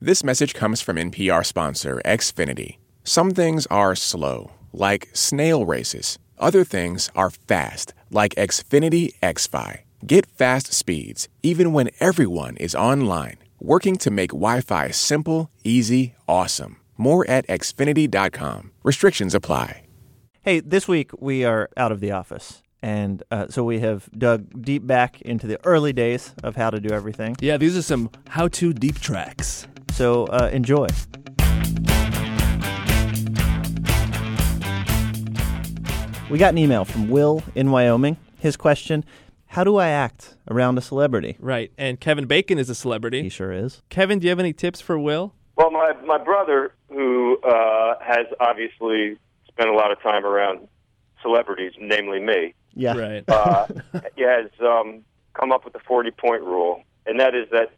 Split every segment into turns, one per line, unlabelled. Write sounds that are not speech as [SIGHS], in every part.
This message comes from NPR sponsor Xfinity. Some things are slow, like snail races. Other things are fast, like Xfinity XFi. Get fast speeds, even when everyone is online, working to make Wi Fi simple, easy, awesome. More at xfinity.com. Restrictions apply.
Hey, this week we are out of the office. And uh, so we have dug deep back into the early days of how to do everything.
Yeah, these are some how to deep tracks.
So uh, enjoy. We got an email from Will in Wyoming. His question How do I act around a celebrity?
Right. And Kevin Bacon is a
He
celebrity.
sure is.
Kevin, do you have any tips for Will?
Well, my my brother, who uh, has obviously spent a lot of time around celebrities, namely me,
Yeah.
Right.
uh, he has um, come up with the forty point rule, and that is that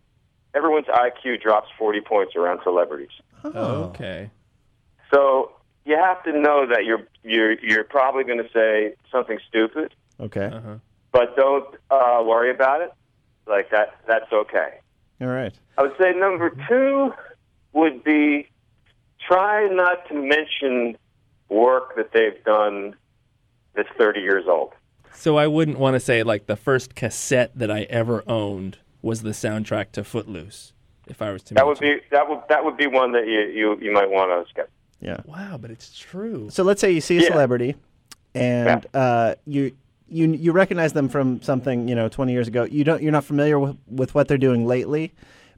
everyone's IQ drops forty points around celebrities.
[LAUGHS] Oh, okay.
So you have to know that you're you're you're probably going to say something stupid,
Okay.
Uh-huh.
but don't uh, worry about it. Like that, that's okay.
All right.
I would say number two would be try not to mention work that they've done that's 30 years old.
So I wouldn't want to say like the first cassette that I ever owned was the soundtrack to Footloose. If I was to
That would
mention-
be that would that would be one that you you, you might want to skip.
Yeah.
Wow, but it's true.
So let's say you see a
Yeah.
celebrity, and uh, you you you recognize them from something you know 20 years ago. You don't you're not familiar with, with what they're doing lately,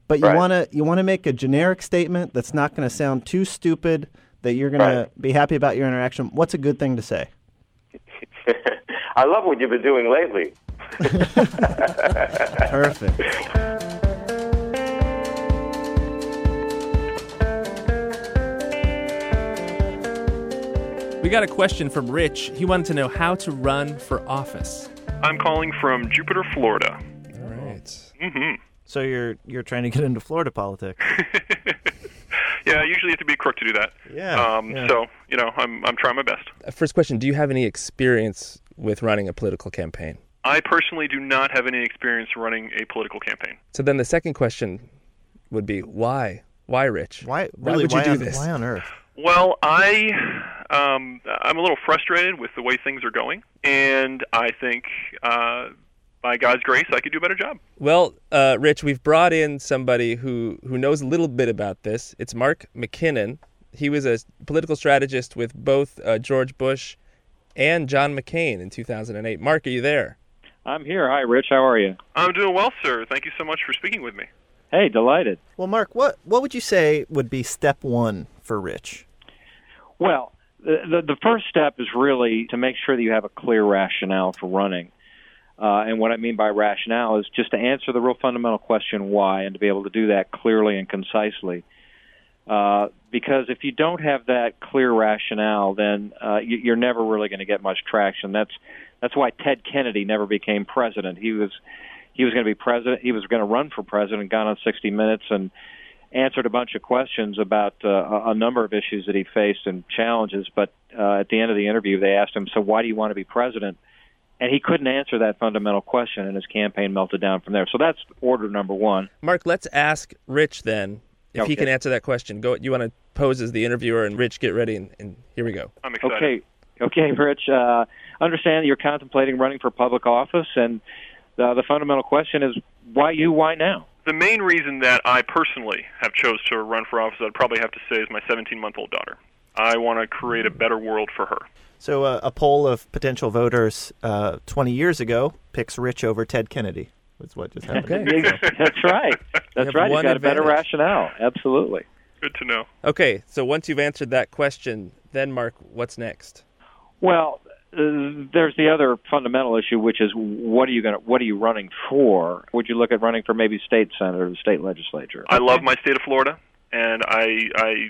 but you
Right.
wanna you wanna make a generic statement that's not gonna sound too stupid. That you're gonna
Right.
be happy about your interaction. What's a good thing to
[LAUGHS]
say?
I love what you've been doing lately.
Perfect.
[LAUGHS]
We got a question from Rich. He wanted to know how to run for office.
I'm calling from Jupiter, Florida. Mm-hmm.
All right.
so you're you're trying to get into Florida politics.
Yeah, I usually have to be crook to do that.
Yeah,
Um,
yeah.
So you know, I'm I'm trying my best.
Uh, First question, do you have any experience with running a political campaign?
I personally do not have any experience running a political campaign.
So then the second question would be why? Why Rich?
Why,
Why
really,
would you
why
do
on,
this?
Why on earth?
Well, I um, I'm a little frustrated with the way things are going, and I think uh, by God's grace, I could do a better job.
Well, uh, Rich, we've brought in somebody who, who knows a little bit about this. It's Mark McKinnon. He was a political strategist with both uh, George Bush and John McCain in 2008. Mark, are you there?
I'm here. Hi, Rich. How are you?
I'm doing well, sir. Thank you so much for speaking with me.
Hey, delighted.
Well, Mark, what what would you say would be step one for Rich?
Well, the, the, the first step is really to make sure that you have a clear rationale for running. Uh, and what I mean by rationale is just to answer the real fundamental question why and to be able to do that clearly and concisely. Uh, because if you don't have that clear rationale, then uh, you, you're never really going to get much traction. That's that's why Ted Kennedy never became president. He was he was going to be president. He was going to run for president. Gone on 60 Minutes and answered a bunch of questions about uh, a- a number of issues that he faced and challenges. But uh, at the end of the interview, they asked him, "So why do you want to be president?" And he couldn't answer that fundamental question, and his campaign melted down from there. So that's order number one.
Mark, let's ask Rich then if he
Okay.
can answer that question. Go. You want to pose as the interviewer, and Rich, get ready, and, and here we go.
I'm excited.
Okay, okay, Rich. Uh, understand that you're contemplating running for public office, and the, the fundamental question is why you, why now?
The main reason that I personally have chose to run for office, I'd probably have to say, is my 17 month old daughter. I want to create a better world for her.
So, uh, a poll of potential voters uh, 20 years ago picks Rich over Ted Kennedy. Is what just happened.
[LAUGHS]
Okay.
That's right. That's
have
right. You've
one
got a better
advantage.
rationale. Absolutely.
Good to know.
Okay. So once you've answered that question, then Mark, what's next?
Well, uh, there's the other fundamental issue, which is what are you going to what are you running for? Would you look at running for maybe state senator, or state legislature?
I love my state of Florida, and I I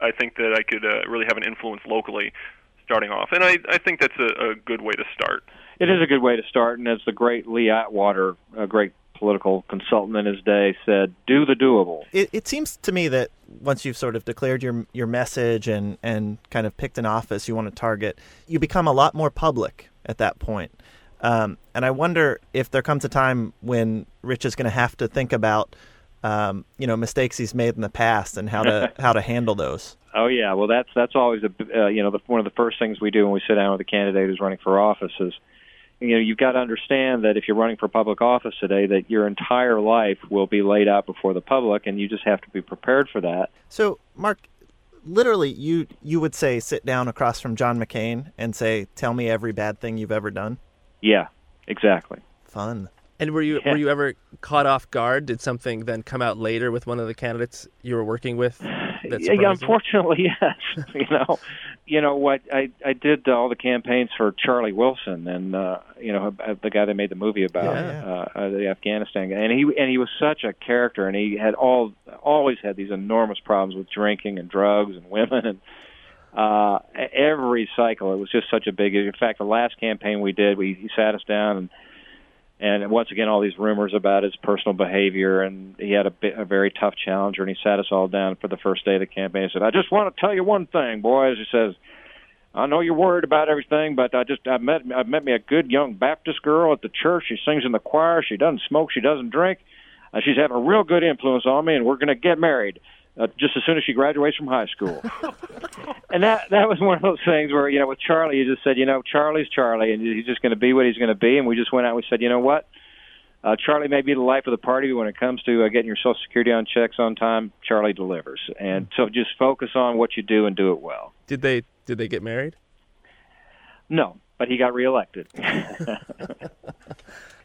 I think that I could uh, really have an influence locally, starting off, and I I think that's a, a good way to start.
It is a good way to start, and as the great Lee Atwater, a great political consultant in his day, said, "Do the doable."
It, it seems to me that once you've sort of declared your your message and and kind of picked an office you want to target, you become a lot more public at that point. Um, and I wonder if there comes a time when Rich is going to have to think about um, you know mistakes he's made in the past and how to how to handle those.
Oh yeah, well that's that's always a uh, you know the, one of the first things we do when we sit down with a candidate who's running for office is you know you've got to understand that if you're running for public office today that your entire life will be laid out before the public and you just have to be prepared for that.
So Mark, literally you you would say sit down across from John McCain and say tell me every bad thing you've ever done.
Yeah, exactly.
Fun.
And were you were you ever caught off guard? Did something then come out later with one of the candidates you were
[SIGHS]
working with? That
yeah, yeah, unfortunately, yes. [LAUGHS] you know, you know what? I I did all the campaigns for Charlie Wilson, and uh, you know the guy they made the movie about
Yeah.
uh, the Afghanistan guy, and he and he was such a character, and he had all always had these enormous problems with drinking and drugs and women and uh every cycle it was just such a big in fact the last campaign we did we he sat us down and and once again all these rumors about his personal behavior and he had a, bi- a very tough challenger and he sat us all down for the first day of the campaign and said i just want to tell you one thing boys he says i know you're worried about everything but i just i met i met me a good young baptist girl at the church she sings in the choir she doesn't smoke she doesn't drink uh, she's having a real good influence on me and we're going to get married uh, just as soon as she graduates from high school and that that was one of those things where you know with Charlie, you just said, you know, Charlie's Charlie, and he's just going to be what he's going to be. And we just went out and we said, you know what, uh, Charlie may be the life of the party when it comes to uh, getting your Social Security on checks on time. Charlie delivers, and so just focus on what you do and do it well.
Did they did they get married?
No, but he got reelected. [LAUGHS]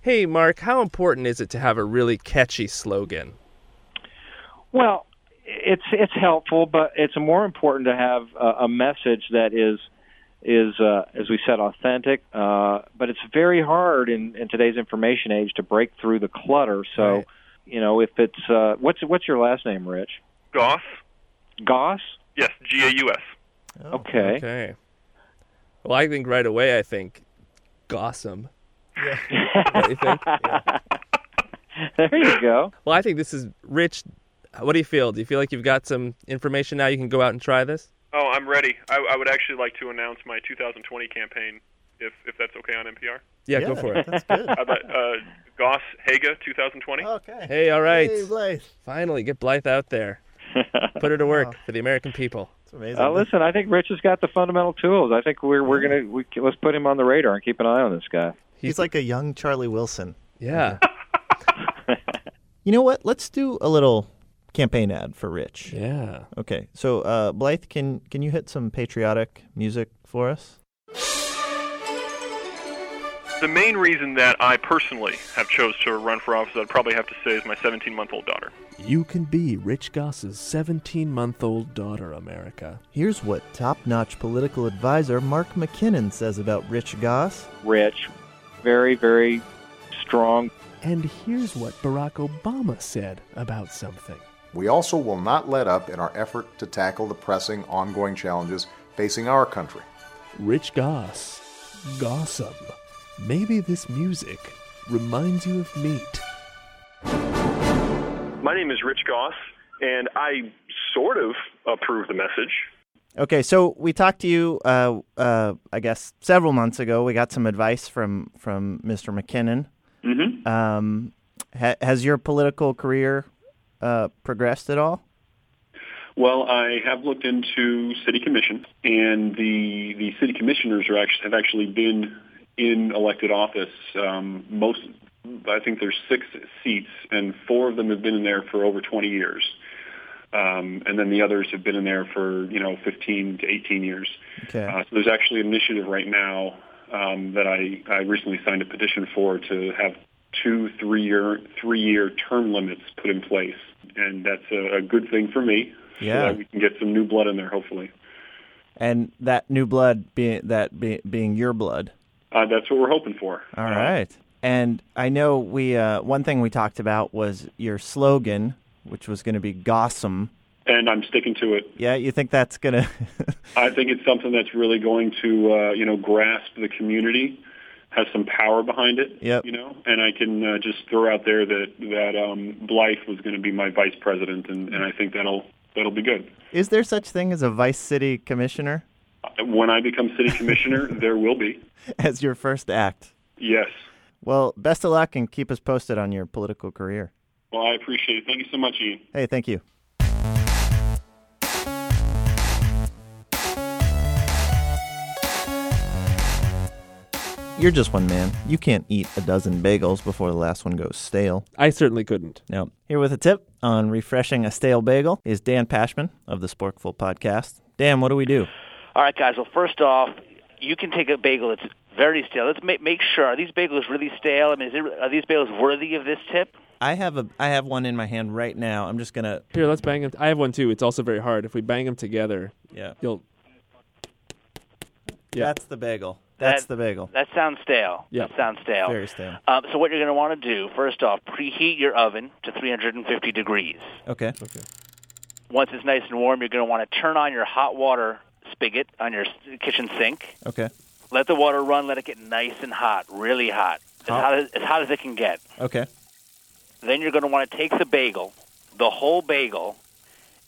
Hey, Mark, how important is it to have a really catchy slogan?
Well, it's it's helpful, but it's more important to have a, a message that is is uh, as we said authentic. Uh, but it's very hard in, in today's information age to break through the clutter. So,
Right.
you know, if it's uh, what's what's your last name, Rich
Goss?
Goss?
Yes, G A U S.
Oh,
Okay.
Okay. Well, I think right away. I think Gossam. Yeah. what do you think?
[LAUGHS] there you go.
Well, I think this is Rich. What do you feel? Do you feel like you've got some information now? You can go out and try this.
Oh, I'm ready. I, I would actually like to announce my 2020 campaign, if if that's okay on NPR.
Yeah, go for it.
That's good.
I'd like, uh, Goss Haga 2020.
okay.
Hey, all right.
Hey, Blythe.
Finally, get Blythe out there. Put her to work for the American people.
It's amazing.
Uh, listen, I think Rich has got the fundamental tools. I think we're we're gonna we, let's put him on the radar and keep an eye on this guy.
He's like a young Charlie Wilson.
Yeah.
[LAUGHS] You know what? Let's do a little campaign ad for Rich.
Yeah.
Okay. So, uh, Blythe, can can you hit some patriotic music for us?
The main reason that I personally have chose to run for office, I'd probably have to say, is my 17-month-old daughter.
You can be Rich Goss's 17 month old daughter, America.
Here's what top-notch political advisor Mark McKinnon says about Rich Goss.
Rich, very very strong
And here's what Barack Obama said about something.
We also will not let up in our effort to tackle the pressing ongoing challenges facing our country.
Rich Goss. Gossam. Maybe this music reminds you of meat.
My name is Rich Goss, and I sort of approve the message.
Okay, so we talked to you, uh, uh, I guess, several months ago. We got some advice from from Mr. McKinnon. Mm-hmm. Um, ha- has your political career uh, progressed at all?
Well, I have looked into city commission, and the the city commissioners are actually have actually been in elected office. Um, most, I think there's six seats, and four of them have been in there for over 20 years, um, and then the others have been in there for you know 15 to 18 years.
Okay.
Uh, so there's actually an initiative right now um, that I, I recently signed a petition for to have two three-year three-year term limits put in place, and that's a, a good thing for me.
Yeah.
So that we can get some new blood in there, hopefully.
and that new blood being that be- being your blood.
Uh, that's what we're hoping for.
All right. And I know we uh, one thing we talked about was your slogan, which was going to be "Gossam."
And I'm sticking to it.
Yeah, you think that's gonna? [LAUGHS]
I think it's something that's really going to, uh, you know, grasp the community, has some power behind it.
Yep.
You know, and I can uh, just throw out there that that um, Blythe was going to be my vice president, and, and I think that'll that'll be good.
Is there such thing as a vice city commissioner [LAUGHS]
When I become city commissioner, there will be.
as your first act?
Yes.
Well, best of luck and keep us posted on your political career.
Well, I appreciate it. Thank you so much, Ian.
Hey, thank you. You're just one man. You can't eat a dozen bagels before the last one goes stale.
I certainly couldn't.
No. Here with a tip on refreshing a stale bagel is Dan Pashman of the Sporkful podcast. Dan, what do we do?
All right, guys. Well, first off, you can take a bagel that's very stale. Let's make make sure are these bagels really stale? I mean, is it, are these bagels worthy of this tip?
I have a I have one in my hand right now. I'm just gonna
Here, let's bang them. I have one too. It's also very hard. If we bang them together,
Yeah.
you'll. Yeah.
That's the bagel. That's
That-
the bagel.
That sounds stale.
Yeah.
That sounds stale.
Very stale.
Um, so what you're going to want to do, first off, preheat your oven to 350 degrees.
Okay.
Okay.
Once it's nice and warm, you're going to want to turn on your hot water spigot on your s- kitchen sink.
Okay.
Let the water run. Let it get nice and hot, really hot, as
Hot.
hot as, as, hot as it can get.
Okay.
Then you're going to want to take the bagel, the whole bagel,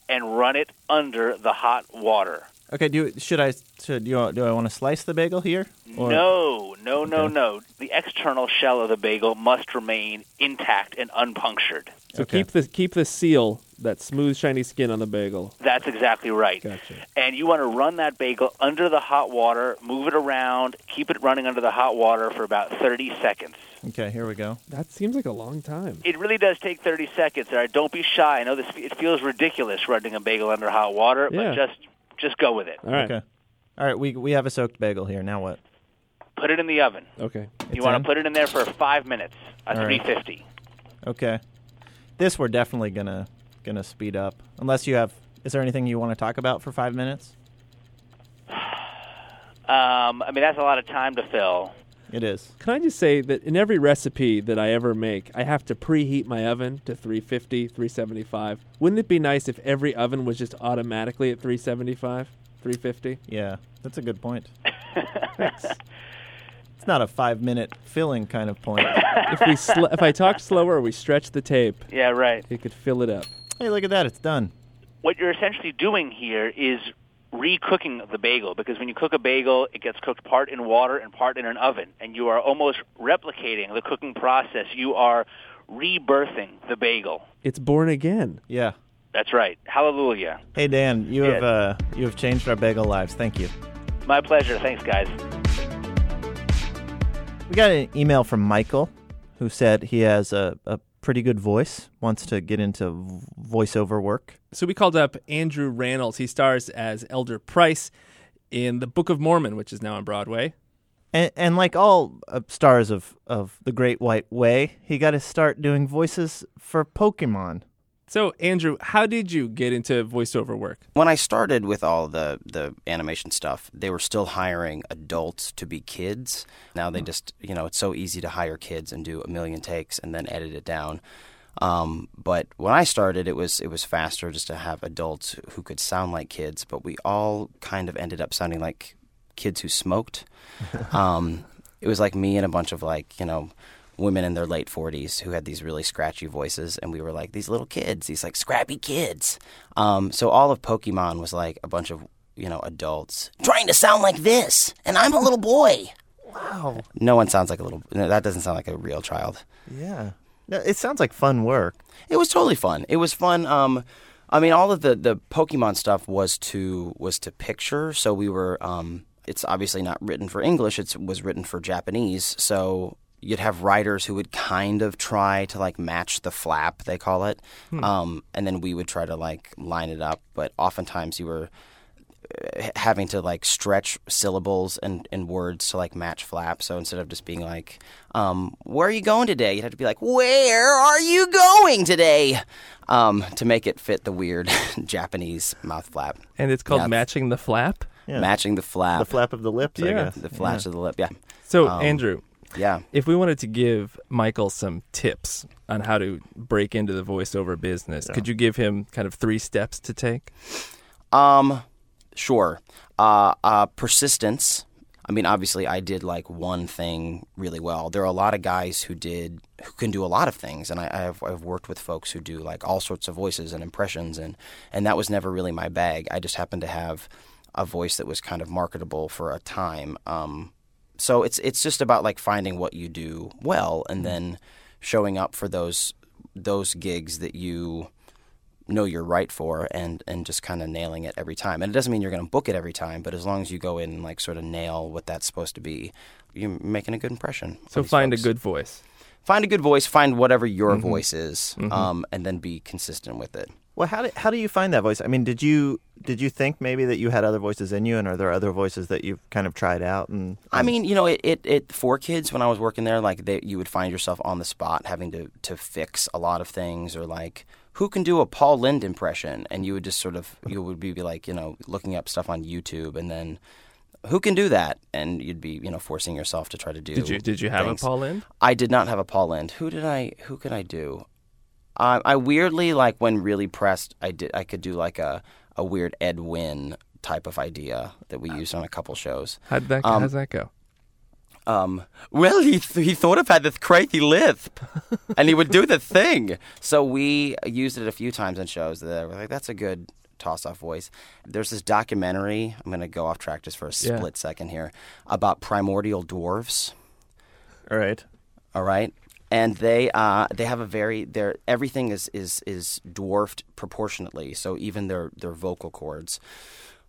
and run it under the hot water.
Okay. Do should I should you do I want to slice the bagel here? Or-
no, no, no,
Okay.
no. The external shell of the bagel must remain intact and unpunctured.
So
Okay.
keep the keep the seal that smooth shiny skin on the bagel.
That's exactly right.
Gotcha.
And you want to run that bagel under the hot water, move it around, keep it running under the hot water for about 30 seconds.
Okay. Here we go.
That seems like a long time.
It really does take 30 seconds. All right, don't be shy. I know this it feels ridiculous running a bagel under hot water,
Yeah.
but just just go with it.
All right.
Okay. All right. We we have a soaked bagel here. Now what?
Put it in the oven.
Okay.
It's
you want
in?
to put it in there for 5 minutes at
All right.
350.
Okay. This we're definitely gonna gonna speed up. Unless you have, is there anything you want to talk about for five minutes?
Um, I mean, that's a lot of time to fill.
It is.
Can I just say that in every recipe that I ever make, I have to preheat my oven to 350, 375. Wouldn't it be nice if every oven was just automatically at 375, 350?
Yeah, that's a
[LAUGHS]
good point. It's not a five minute filling kind of point.
if we sl- if I talk slower, or we stretch the tape,
Yeah, right.
it could fill it up.
hey, look at that. It's done.
what you're essentially doing here is re-cooking the bagel because when you cook a bagel, it gets cooked part in water and part in an oven, and you are almost replicating the cooking process. You are rebirthing the bagel.
It's born again.
Yeah.
That's right. Hallelujah.
Hey Dan, you
Yeah.
have uh, you have changed our bagel lives. Thank you.
My pleasure. Thanks, guys.
We got an email from Michael, who said he has a, a pretty good voice, wants to get into v- voiceover work.
So we called up Andrew Rannells. He stars as Elder Price in The Book of Mormon, which is now on Broadway.
And, and like all uh, stars of, of the Great White Way, he got to start doing voices for Pokemon.
So, Andrew, how did you get into voiceover work?
When I started with all the, the animation stuff, they were still hiring adults to be kids. Now
Mm.
they just, you know, it's so easy to hire kids and do a million takes and then edit it down. Um, but when I started, it was it was faster just to have adults who could sound like kids. But we all kind of ended up sounding like kids who smoked. um, it was like me and a bunch of like you know women in their late 40s who had these really scratchy voices and we were like these little kids these like scrappy kids um, so all of pokemon was like a bunch of you know adults trying to sound like this and i'm a little boy
Wow.
no one sounds like a little no, that doesn't sound like a real child
Yeah. No, it sounds like fun work.
it was totally fun. It was fun. Um, I mean, all of the, the Pokemon stuff was to was to picture. So we were. Um, it's obviously not written for English. It was written for Japanese. So you'd have writers who would kind of try to like match the flap they call it,
Hmm.
um, and then we would try to like line it up. But oftentimes you were h- having to like stretch syllables and, and words to like match flap. So instead of just being like, um, "Where are you going today?" you'd have to be like, "Where are you going today?" Um, to make it fit the weird [LAUGHS] Japanese mouth flap,
And it's called
Yeah.
Matching the Flap.
Yeah.
matching the flap,
The flap of the lips, I
Yeah.
guess.
the flash of the lip. Yeah,
So,
Um,
Andrew,
yeah.
if we wanted to give Michael some tips on how to break into the voiceover business, could you give him kind of three steps to take?
Um, sure. Uh, uh, persistence. I mean, obviously, I did like one thing really well. There are a lot of guys who did who can do a lot of things, and I, I've I've worked with folks who do like all sorts of voices and impressions, and and that was never really my bag. I just happened to have a voice that was kind of marketable for a time. Um, so
Mm.
it's it's just about like finding what you do well, and then showing up for those those gigs that you know you're right for and and just kind of nailing it every time. And it doesn't mean you're going to book it every time, but as long as you go in and like sort of nail what that's supposed to be, you're making a good impression.
So find a good voice. Mm-hmm.
Find a good voice, find whatever your
Mhm.
voice is,
Mhm.
um, and then be consistent with it.
Well, how do, how do you find that voice? I mean, did you did you think maybe that you had other voices in you, and are there other voices that you've kind of tried out? And
I mean, you know, it, it, it for kids when I was working there, like they, you would find yourself on the spot having to, to fix a lot of things or like who can do a Paul Lind impression? And you would just sort of you would be like, you know, looking up stuff on YouTube and then who can do that? And you'd be, you know, forcing yourself to try to do
Did you- did you have a
things.
Paul Lind?
I did not have a Paul Lind. Who did I who could I do? Um, I weirdly like when really pressed, I did I could do like a, a weird Ed Wynn type of idea that we used on a couple shows.
Uh, How'd that,
Um,
how's that go?
um, well, he, th- he thought of had this crazy lisp, and he would do the thing. So we used it a few times in shows. That were like, that's a good toss-off voice. There's this documentary. I'm going to go off track just for a
Yeah.
split second here about primordial dwarves.
All right.
All right. And they uh, they have a very their everything is is is dwarfed proportionately. So even their their vocal cords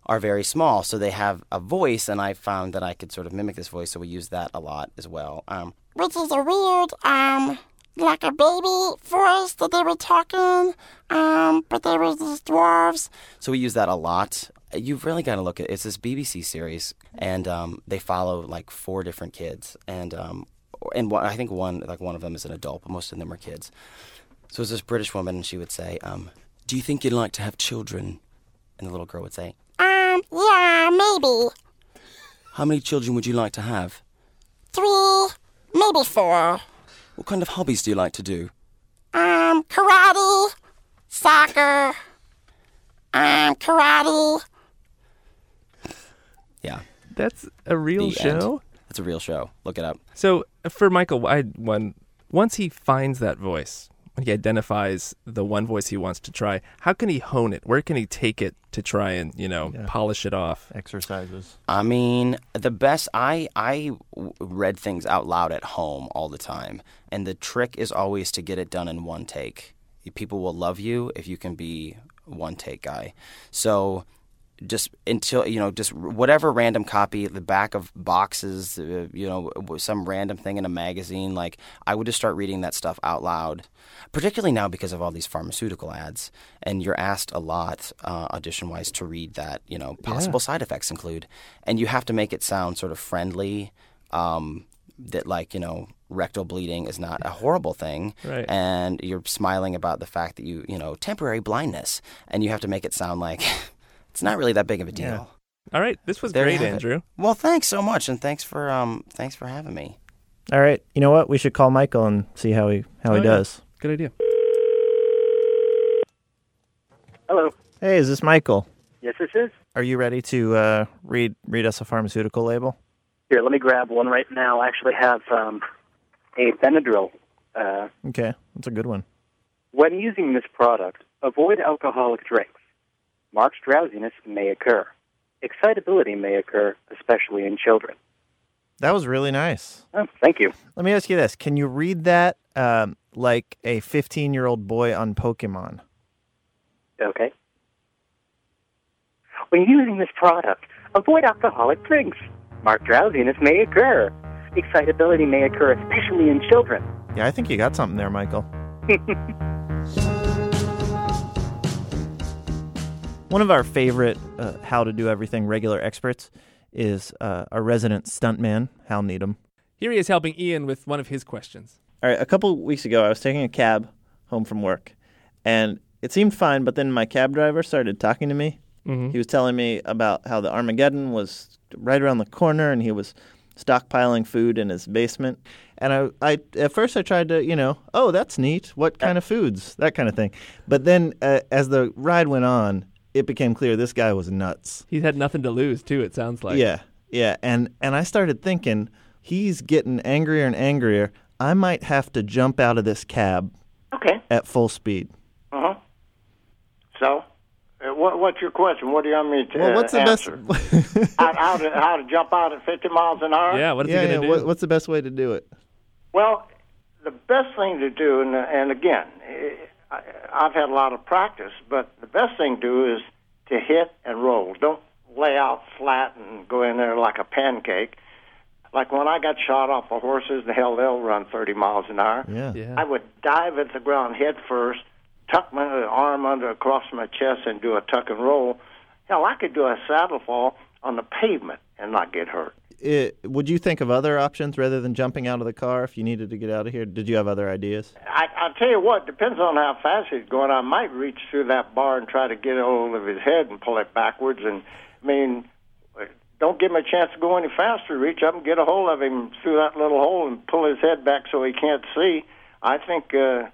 are very small. So they have a voice, and I found that I could sort of mimic this voice. So we use that a lot as well. Um,
This is a weird, um, like a baby voice that they were talking, um, but they were these dwarves.
So we use that a lot. You've really got to look at it's this BBC series, and um, they follow like four different kids, and um, or- and one, I think one like one of them is an adult, but most of them are kids. So it's this British woman, and she would say, um, "Do you think you'd like to have children?" And the little girl would say,
Um, yeah, maybe
"How many children would you like to have?
three, maybe four.
What kind of hobbies do you like to do?"
Um, karate, soccer, um, karate.
Yeah,
that's a real
The end.
show?
That's a real show. Look it up.
So for Michael, I one once he finds that voice, when he identifies the one voice he wants to try, how can he hone it? Where can he take it to try and you know polish it off?
Exercises.
I mean, the best I I w- read things out loud at home all the time, and the trick is always to get it done in one take. People will love you if you can be one take guy. So just until you know just whatever random copy the back of boxes uh, you know some random thing in a magazine like i would just start reading that stuff out loud particularly now because of all these pharmaceutical ads and you're asked a lot uh, audition wise to read that you know possible side effects include and you have to make it sound sort of friendly um, that like you know rectal bleeding is not a horrible thing
Right.
and you're smiling about the fact that you you know temporary blindness and you have to make it sound like [LAUGHS] it's not really that big of a deal
Yeah. All right, this was
There you
great,
have it.
Andrew.
well thanks so much and thanks for um thanks for having me
All right. You know what? We should call Michael and see how he how he
Oh, yeah.
does.
Good idea.
Hello.
Hey, is this Michael?
Yes, this is.
Are you ready to uh, read read us a pharmaceutical label?
Here, let me grab one right now. I actually have um, a Benadryl. Uh,
Okay, that's a good one.
when using this product, avoid alcoholic drinks. Marked drowsiness may occur. Excitability may occur, especially in children.
That was really nice.
Oh, thank you.
Let me ask you this: Can you read that um, like a fifteen year old boy on Pokemon?
Okay. When using this product, avoid alcoholic drinks. Marked drowsiness may occur. Excitability may occur, especially in children.
Yeah, I think you got something there,
[LAUGHS]
Michael. One of our favorite uh, how to do everything regular experts is uh, our resident stuntman, Hal Needham.
Here he is helping Ian with one of his questions.
All right, a couple weeks ago, I was taking a cab home from work, and it seemed fine. But then my cab driver started talking to me.
Mhm.
He was telling me about how the Armageddon was right around the corner, and he was stockpiling food in his basement. And I, I at first I tried to, you know, oh, that's neat. What kind of foods? That kind of thing. But then, uh, as the ride went on, it became clear this guy was nuts.
He's had nothing to lose too. It sounds like.
Yeah, yeah, and and I started thinking he's getting angrier and angrier. I might have to jump out of this cab.
Okay.
At full speed.
Uh huh. So, uh, what, what's your question? What do you want me to
Well,
uh,
what's the best- [LAUGHS]
answer? best? how, how, to, how to jump out at 50 miles an hour?
yeah, what
he
yeah, What, what's the best way to do it?
Well, the best thing to do, and, and again, eh, I, I've had a lot of practice, but the best thing to do is to hit and roll. Don't lay out flat and go in there like a pancake. Like when I got shot off of horses, the hell they'll run 30 miles an hour.
Yeah.
I would dive at the ground head first, tuck my arm under across my chest, and do a tuck and roll. Hell, I could do a saddle fall on the pavement and not get hurt.
It, would you think of other options rather than jumping out of the car if you needed to get out of here? Did you have other ideas?
I, I tell you what, depends on how fast he's going. I might reach through that bar and try to get hold of his head and pull it backwards. And I mean, don't give him a chance to go any faster. Reach up and get a hold of him through that little hole and pull his head back so he can't see. I think uh,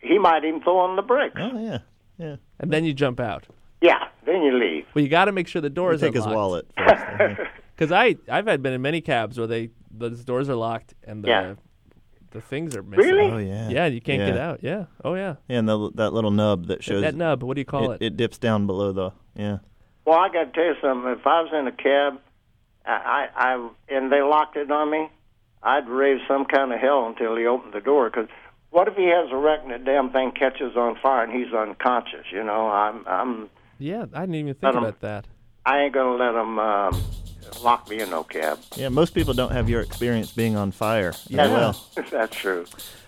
he might even throw on the brakes.
Oh yeah, yeah.
And then you jump out.
Yeah, then you leave.
Well, you got to make sure the door
You
is
take his
unlocked.
wallet
Because I I've had been in many cabs where they those doors are locked and the
Yeah.
the things are missing.
Oh yeah.
Yeah, you can't get
Yeah.
out. Yeah. Oh yeah.
Yeah, and the, that little nub that shows
that nub, what do you call
It, it dips down below the yeah.
Well, I got to tell you something. If I was in a cab, I, I, I and they locked it on me, I'd raise some kind of hell until he opened the door. Because what if he has a wreck and the damn thing catches on fire and he's unconscious? You know, I'm, I'm,
Yeah, I didn't even think
Let 'em-
about that.
I ain't gonna let him um, lock me in no cab.
Yeah, most people don't have your experience being on fire. as
Yeah.
well.
[LAUGHS] That's true.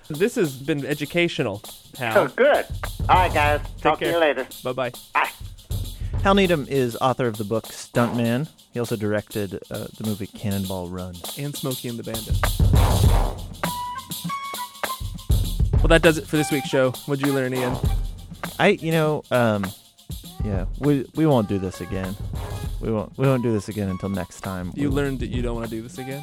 This has been educational. Hal.
Good. All right, guys. Talk
care.
to you later.
Bye bye.
Oh, Hal Needham is author of the book Stuntman. He also directed uh, the movie Cannonball Run.
and Smokey and the Bandit. Well, that does it for this week's show. What'd you learn, Ian?
I, you know, um, yeah, we we won't do this again. We won't we won't do this again until next time.
You
we,
learned that you don't want to do this again.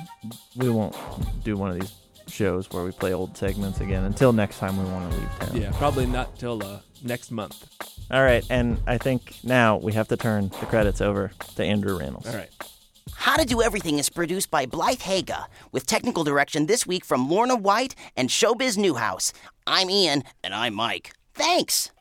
we won't do one of these shows where we play old segments again until next time. We want to leave town.
Yeah, probably not till uh, next month.
All right, and I think now we have to turn the credits over to Andrew Reynolds.
All right.
How to Do Everything is produced by Blythe Haga, with technical direction this week from Lorna White and Showbiz Newhouse. I'm Ian, and I'm Mike. Thanks.